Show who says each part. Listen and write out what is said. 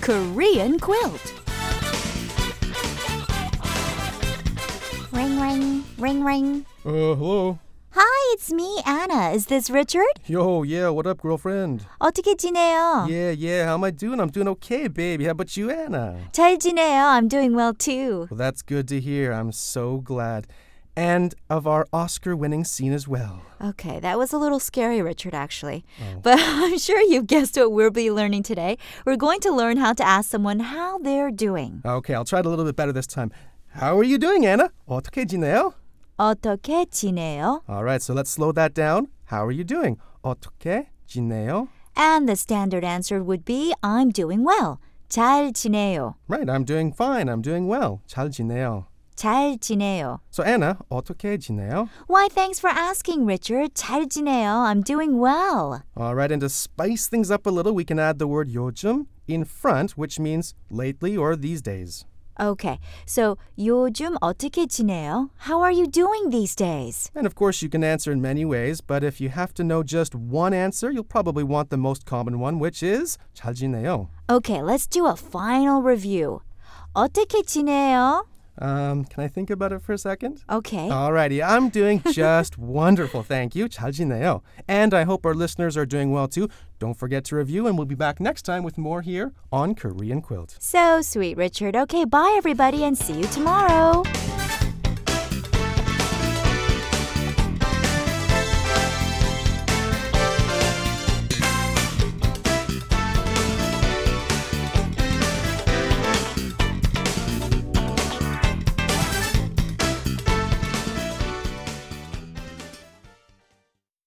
Speaker 1: Korean quilt.
Speaker 2: Ring, ring, ring, ring.
Speaker 3: Uh, hello.
Speaker 2: Hi, it's me, Anna. Is this Richard?
Speaker 3: Yo, yeah, what up, girlfriend?
Speaker 2: 어떻게 지내요?
Speaker 3: Yeah, yeah, how am I doing? I'm doing okay, baby. How about you, Anna?
Speaker 2: 잘 지내요. I'm doing well too.
Speaker 3: Well, that's good to hear. I'm so glad. And of our Oscar winning scene as well.
Speaker 2: Okay, that was a little scary, Richard, actually. But I'm sure you've guessed what we'll be learning today. We're going to learn how to ask someone how they're doing.
Speaker 3: Okay, I'll try it a little bit better this time. How are you doing, Anna? 어떻게 지내요?
Speaker 2: 어떻게 지내요?
Speaker 3: All right, so let's slow that down. How are you doing? 어떻게 지내요?
Speaker 2: And the standard answer would be I'm doing well. 잘 지내요.
Speaker 3: Right, I'm doing fine. I'm doing well. 잘 지내요.
Speaker 2: 잘 지내요.
Speaker 3: So, Anna, 어떻게 지내요?
Speaker 2: Why, thanks for asking, Richard. 잘 지내요. I'm doing well.
Speaker 3: All right, and to spice things up a little, we can add the word 요즘 in front, which means lately or these days.
Speaker 2: Okay, so 요즘 어떻게 지내요? How are you doing these days?
Speaker 3: And of course, you can answer in many ways, but if you have to know just one answer, you'll probably want the most common one, which is 잘 지내요.
Speaker 2: Okay, let's do a final review. 어떻게 지내요?
Speaker 3: Um, can I think about it for a second?
Speaker 2: Okay.
Speaker 3: Alrighty, I'm doing just wonderful, thank you. 잘 지내요. And I hope our listeners are doing well too. Don't forget to review, and we'll be back next time with more here on Korean Quilt.
Speaker 2: So sweet, Richard. Okay, bye everybody and see you tomorrow.